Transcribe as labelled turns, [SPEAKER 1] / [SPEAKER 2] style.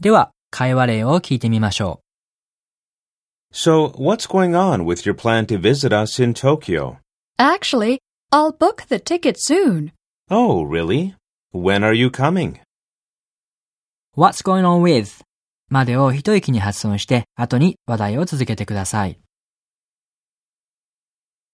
[SPEAKER 1] では、会話例を聞いてみましょ
[SPEAKER 2] So, what's going on with your plan to visit us in Tokyo?
[SPEAKER 3] Actually, I'll book the ticket soon.
[SPEAKER 2] Oh, really? When are you coming?
[SPEAKER 1] う。What's going on with? までを一息に発音して、後に話題を続けてください。